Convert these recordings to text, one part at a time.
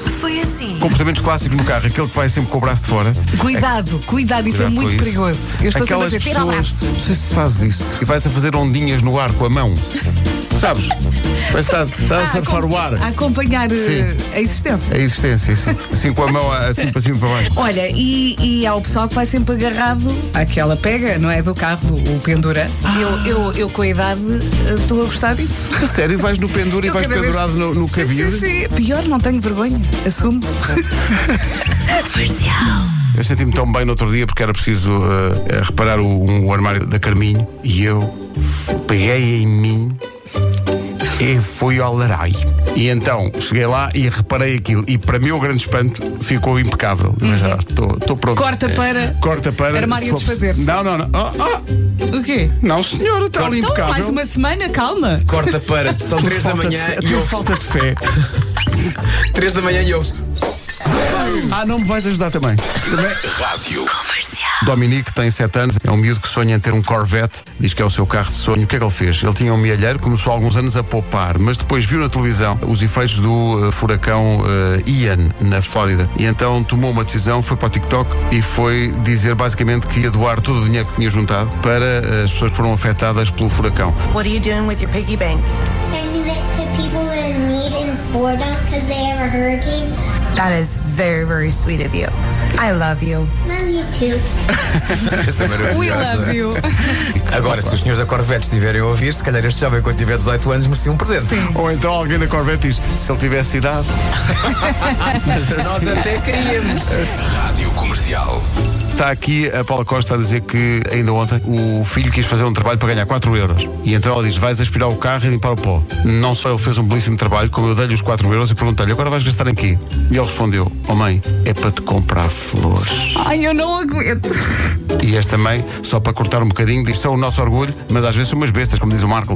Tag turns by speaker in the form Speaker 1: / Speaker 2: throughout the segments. Speaker 1: assim?
Speaker 2: Comportamentos clássicos no carro, aquele que vai sempre com o braço de fora.
Speaker 3: Cuidado, cuidado, isso é
Speaker 2: Cuidado com
Speaker 3: muito
Speaker 2: isso.
Speaker 3: perigoso. Eu estou
Speaker 2: Aquelas
Speaker 3: sempre a dizer, tira o
Speaker 2: pessoas,
Speaker 3: braço.
Speaker 2: não sei se fazes isso, e vais a fazer ondinhas no ar com a mão. Sabes? Parece que está, está a
Speaker 3: Ah,
Speaker 2: surfar
Speaker 3: acom-
Speaker 2: o ar.
Speaker 3: A acompanhar eh,
Speaker 2: Sim.
Speaker 3: a existência.
Speaker 2: A existência, assim, assim com a mão assim para cima e para baixo.
Speaker 3: Olha, e, e há o pessoal que vai sempre agarrado àquela pega, não é? Do carro, o pendura.
Speaker 2: Ah.
Speaker 3: Eu, eu, eu com a idade, eh, estou a gostar disso.
Speaker 2: A sério, vais no pendura e
Speaker 3: Eu
Speaker 2: vais
Speaker 3: cada vez-
Speaker 2: pendurado no, no
Speaker 3: Sim,
Speaker 2: cabido.
Speaker 3: Sim, sim. Pior, não tenho vergonha. Assumo.
Speaker 2: Eu senti-me tão bem no outro dia porque era preciso eh, eh, reparar o, um armário da Carminho e eu f- peguei em mim e fui ao larai. E então cheguei lá e reparei aquilo. E para meu grande espanto ficou impecável. Mas já estou estou pronto.
Speaker 3: Uhum. Corta
Speaker 2: Eh,
Speaker 3: para
Speaker 2: Corta para.
Speaker 3: armário
Speaker 2: se for-
Speaker 3: desfazer-se.
Speaker 2: Não, não, não. Ah, ah,
Speaker 3: O quê?
Speaker 2: não, senhora, está ali
Speaker 3: Então,
Speaker 2: impecável.
Speaker 3: mais uma semana, calma.
Speaker 4: Corta para, são
Speaker 2: Por
Speaker 4: 3 da
Speaker 2: falta de
Speaker 4: manhã
Speaker 2: fé-
Speaker 4: e
Speaker 2: por
Speaker 4: ouve-se.
Speaker 2: falta de fé.
Speaker 4: 3 da manhã e ouve-se.
Speaker 2: Ah, não me vais ajudar também. Dominique tem 7 anos, é um miúdo que sonha em ter um Corvette, diz que é o seu carro de sonho. O que é que ele fez? Ele tinha um mielheiro, começou há alguns anos a poupar, mas depois viu na televisão os efeitos do eh, furacão eh, Ian na Flórida. E então tomou uma decisão, foi para o TikTok e foi dizer basicamente que ia doar todo o dinheiro que tinha juntado para eh, as pessoas que foram afetadas pelo furacão.
Speaker 5: What are you doing with your piggy bank?
Speaker 6: sending it to people in need in Florida because they have a hurricane.
Speaker 5: That is very, very sweet of you. I love you.
Speaker 6: Love you too.
Speaker 4: Essa é
Speaker 3: We
Speaker 4: maravilhosa.
Speaker 3: love you.
Speaker 4: Agora, se os senhores da Corvette estiverem a ouvir, se calhar este jovem, quando tiver 18 anos, merecia um presente.
Speaker 2: Ou então alguém na Corvette diz: se ele tivesse idade.
Speaker 4: Nós até queríamos.
Speaker 2: Está aqui a Paula Costa a dizer que ainda ontem o filho quis fazer um trabalho para ganhar 4 euros. E então ela diz: vais aspirar o carro e limpar o pó. Não só ele fez um belíssimo trabalho, como eu dei-lhe os 4 euros e perguntei-lhe: agora vais gastar em quê? E ele respondeu: oh mãe, é para te comprar flores.
Speaker 3: Ai, eu não aguento.
Speaker 2: E esta mãe, só para cortar um bocadinho, diz: são o nosso orgulho, mas às vezes são umas bestas, como diz o Marco.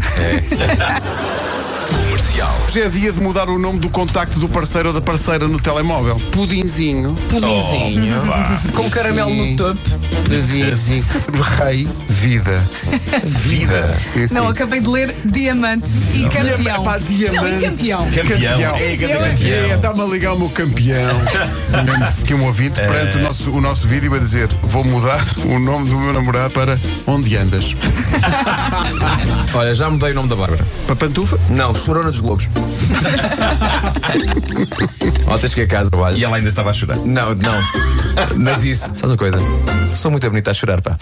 Speaker 2: Hoje é dia de mudar o nome do contacto do parceiro ou da parceira no telemóvel. Oh, Pudinzinho.
Speaker 4: Pudinzinho. Com caramelo no topo.
Speaker 2: Pudinzinho. Rei. Vida. Vida. Sim,
Speaker 3: Não, acabei de ler Diamante e Campeão.
Speaker 2: Pá, diamante.
Speaker 3: Não, e Campeão.
Speaker 2: Campeão. É, Está-me a ligar o meu campeão. que um ouvinte perante o nosso, o nosso vídeo a dizer: Vou mudar o nome do meu namorado para Onde Andas?
Speaker 4: Olha, já mudei o nome da Bárbara.
Speaker 2: Para Pantufa?
Speaker 4: Não, Chorona dos Globos. Ontem cheguei a casa, trabalho.
Speaker 7: E ela ainda estava a chorar.
Speaker 4: Não, não. Mas disse, sabes uma coisa? Sou muito bonita a chorar, pá.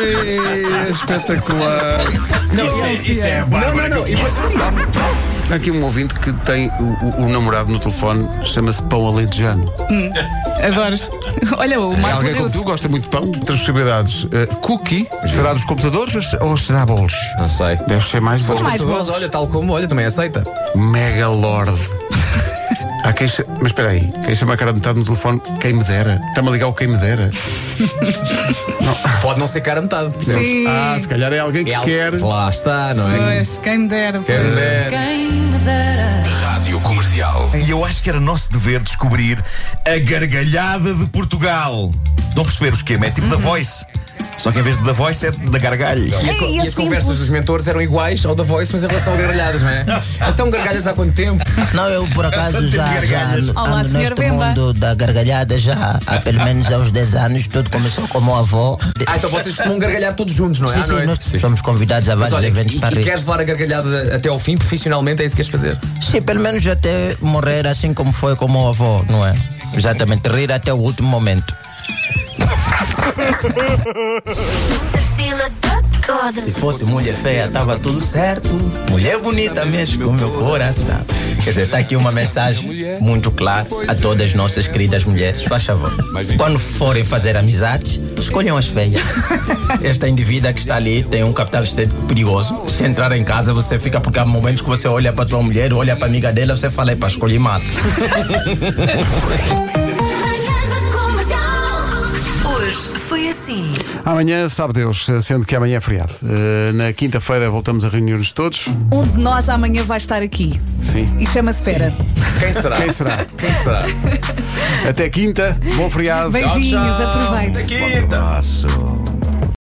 Speaker 2: É, espetacular.
Speaker 7: isso, é, isso é
Speaker 4: Não,
Speaker 7: a
Speaker 4: não,
Speaker 7: Bárbara.
Speaker 4: não. E depois-
Speaker 2: Há aqui um ouvinte que tem o, o- o namorado no telefone, chama-se Pão Alentejano.
Speaker 3: Adoro. Olha, o
Speaker 2: É
Speaker 3: Marco
Speaker 2: alguém como
Speaker 3: Deus.
Speaker 2: tu gosta muito de pão? Outras possibilidades. Eh, cookie, será dos computadores ou se- ou será bolos?
Speaker 4: Não sei.
Speaker 2: Deve ser mais bolos.
Speaker 3: mais
Speaker 4: Tu vês,
Speaker 3: bolos.
Speaker 4: olha, tal como, olha, também aceita.
Speaker 2: Mega Lord. Há quem cha- Mas espera aí, quem chama a cara de metade no telefone, quem me dera. Está-me a ligar o quem me dera.
Speaker 4: Pode não ser cara a metade. percebes?
Speaker 3: Sim.
Speaker 2: Ah, se calhar é alguém que
Speaker 4: É algo-
Speaker 2: quer.
Speaker 4: Lá está, não é?
Speaker 3: Pois, quem me dera.
Speaker 4: Quem me dera.
Speaker 7: E eu acho que era nosso dever descobrir a gargalhada de Portugal. Não perceber o esquema, é tipo da voice. Só que em vez de da voice é da gargalha.
Speaker 4: E
Speaker 8: É
Speaker 4: as, co- e as conversas dos mentores eram iguais ao da Voice, mas em relação a gargalhadas, não é? Então, gargalhadas há quanto tempo?
Speaker 8: Não, eu por acaso já, já
Speaker 7: gargalhas.
Speaker 8: ando
Speaker 3: Olá, senhor
Speaker 8: neste
Speaker 3: Bemba.
Speaker 8: mundo da gargalhada já há pelo menos há uns 10 anos. Tudo começou com o meu avô. De-
Speaker 4: Ah, então vocês costumam gargalhar todos juntos, não é?
Speaker 8: sim,
Speaker 4: à
Speaker 8: sim,
Speaker 4: noite.
Speaker 8: nós somos convidados a
Speaker 4: Mas
Speaker 8: vários
Speaker 4: olha,
Speaker 8: eventos
Speaker 4: e,
Speaker 8: para
Speaker 4: e
Speaker 8: rir.
Speaker 4: queres levar a gargalhada até ao fim, profissionalmente, é isso que queres fazer?
Speaker 8: Sim, pelo menos até morrer assim como foi com o meu avô, não é? Exatamente, rir até o último momento. Se fosse mulher feia, tava tudo certo. Mulher bonita mexe com o meu coração. Quer dizer, está aqui uma mensagem muito clara a todas as nossas queridas mulheres. Faz favor. Quando forem fazer amizades, escolham as feias. Esta indivídua que está ali tem um capital estético perigoso. Se entrar em casa, você fica, porque há momentos que você olha para tua mulher, olha para amiga dela, você fala, para escolher mato.
Speaker 5: Hoje foi assim.
Speaker 2: Amanhã, sabe Deus, sendo que amanhã é feriado. Eh, na quinta-feira voltamos a reunir-nos todos.
Speaker 3: Um de nós amanhã vai estar aqui.
Speaker 2: Sim.
Speaker 3: E chama-se Fera.
Speaker 4: Quem será?
Speaker 2: Quem será?
Speaker 4: Quem será?
Speaker 2: Até quinta, bom feriado.
Speaker 3: Beijinhos, aproveite.
Speaker 7: Quinta. Abraço.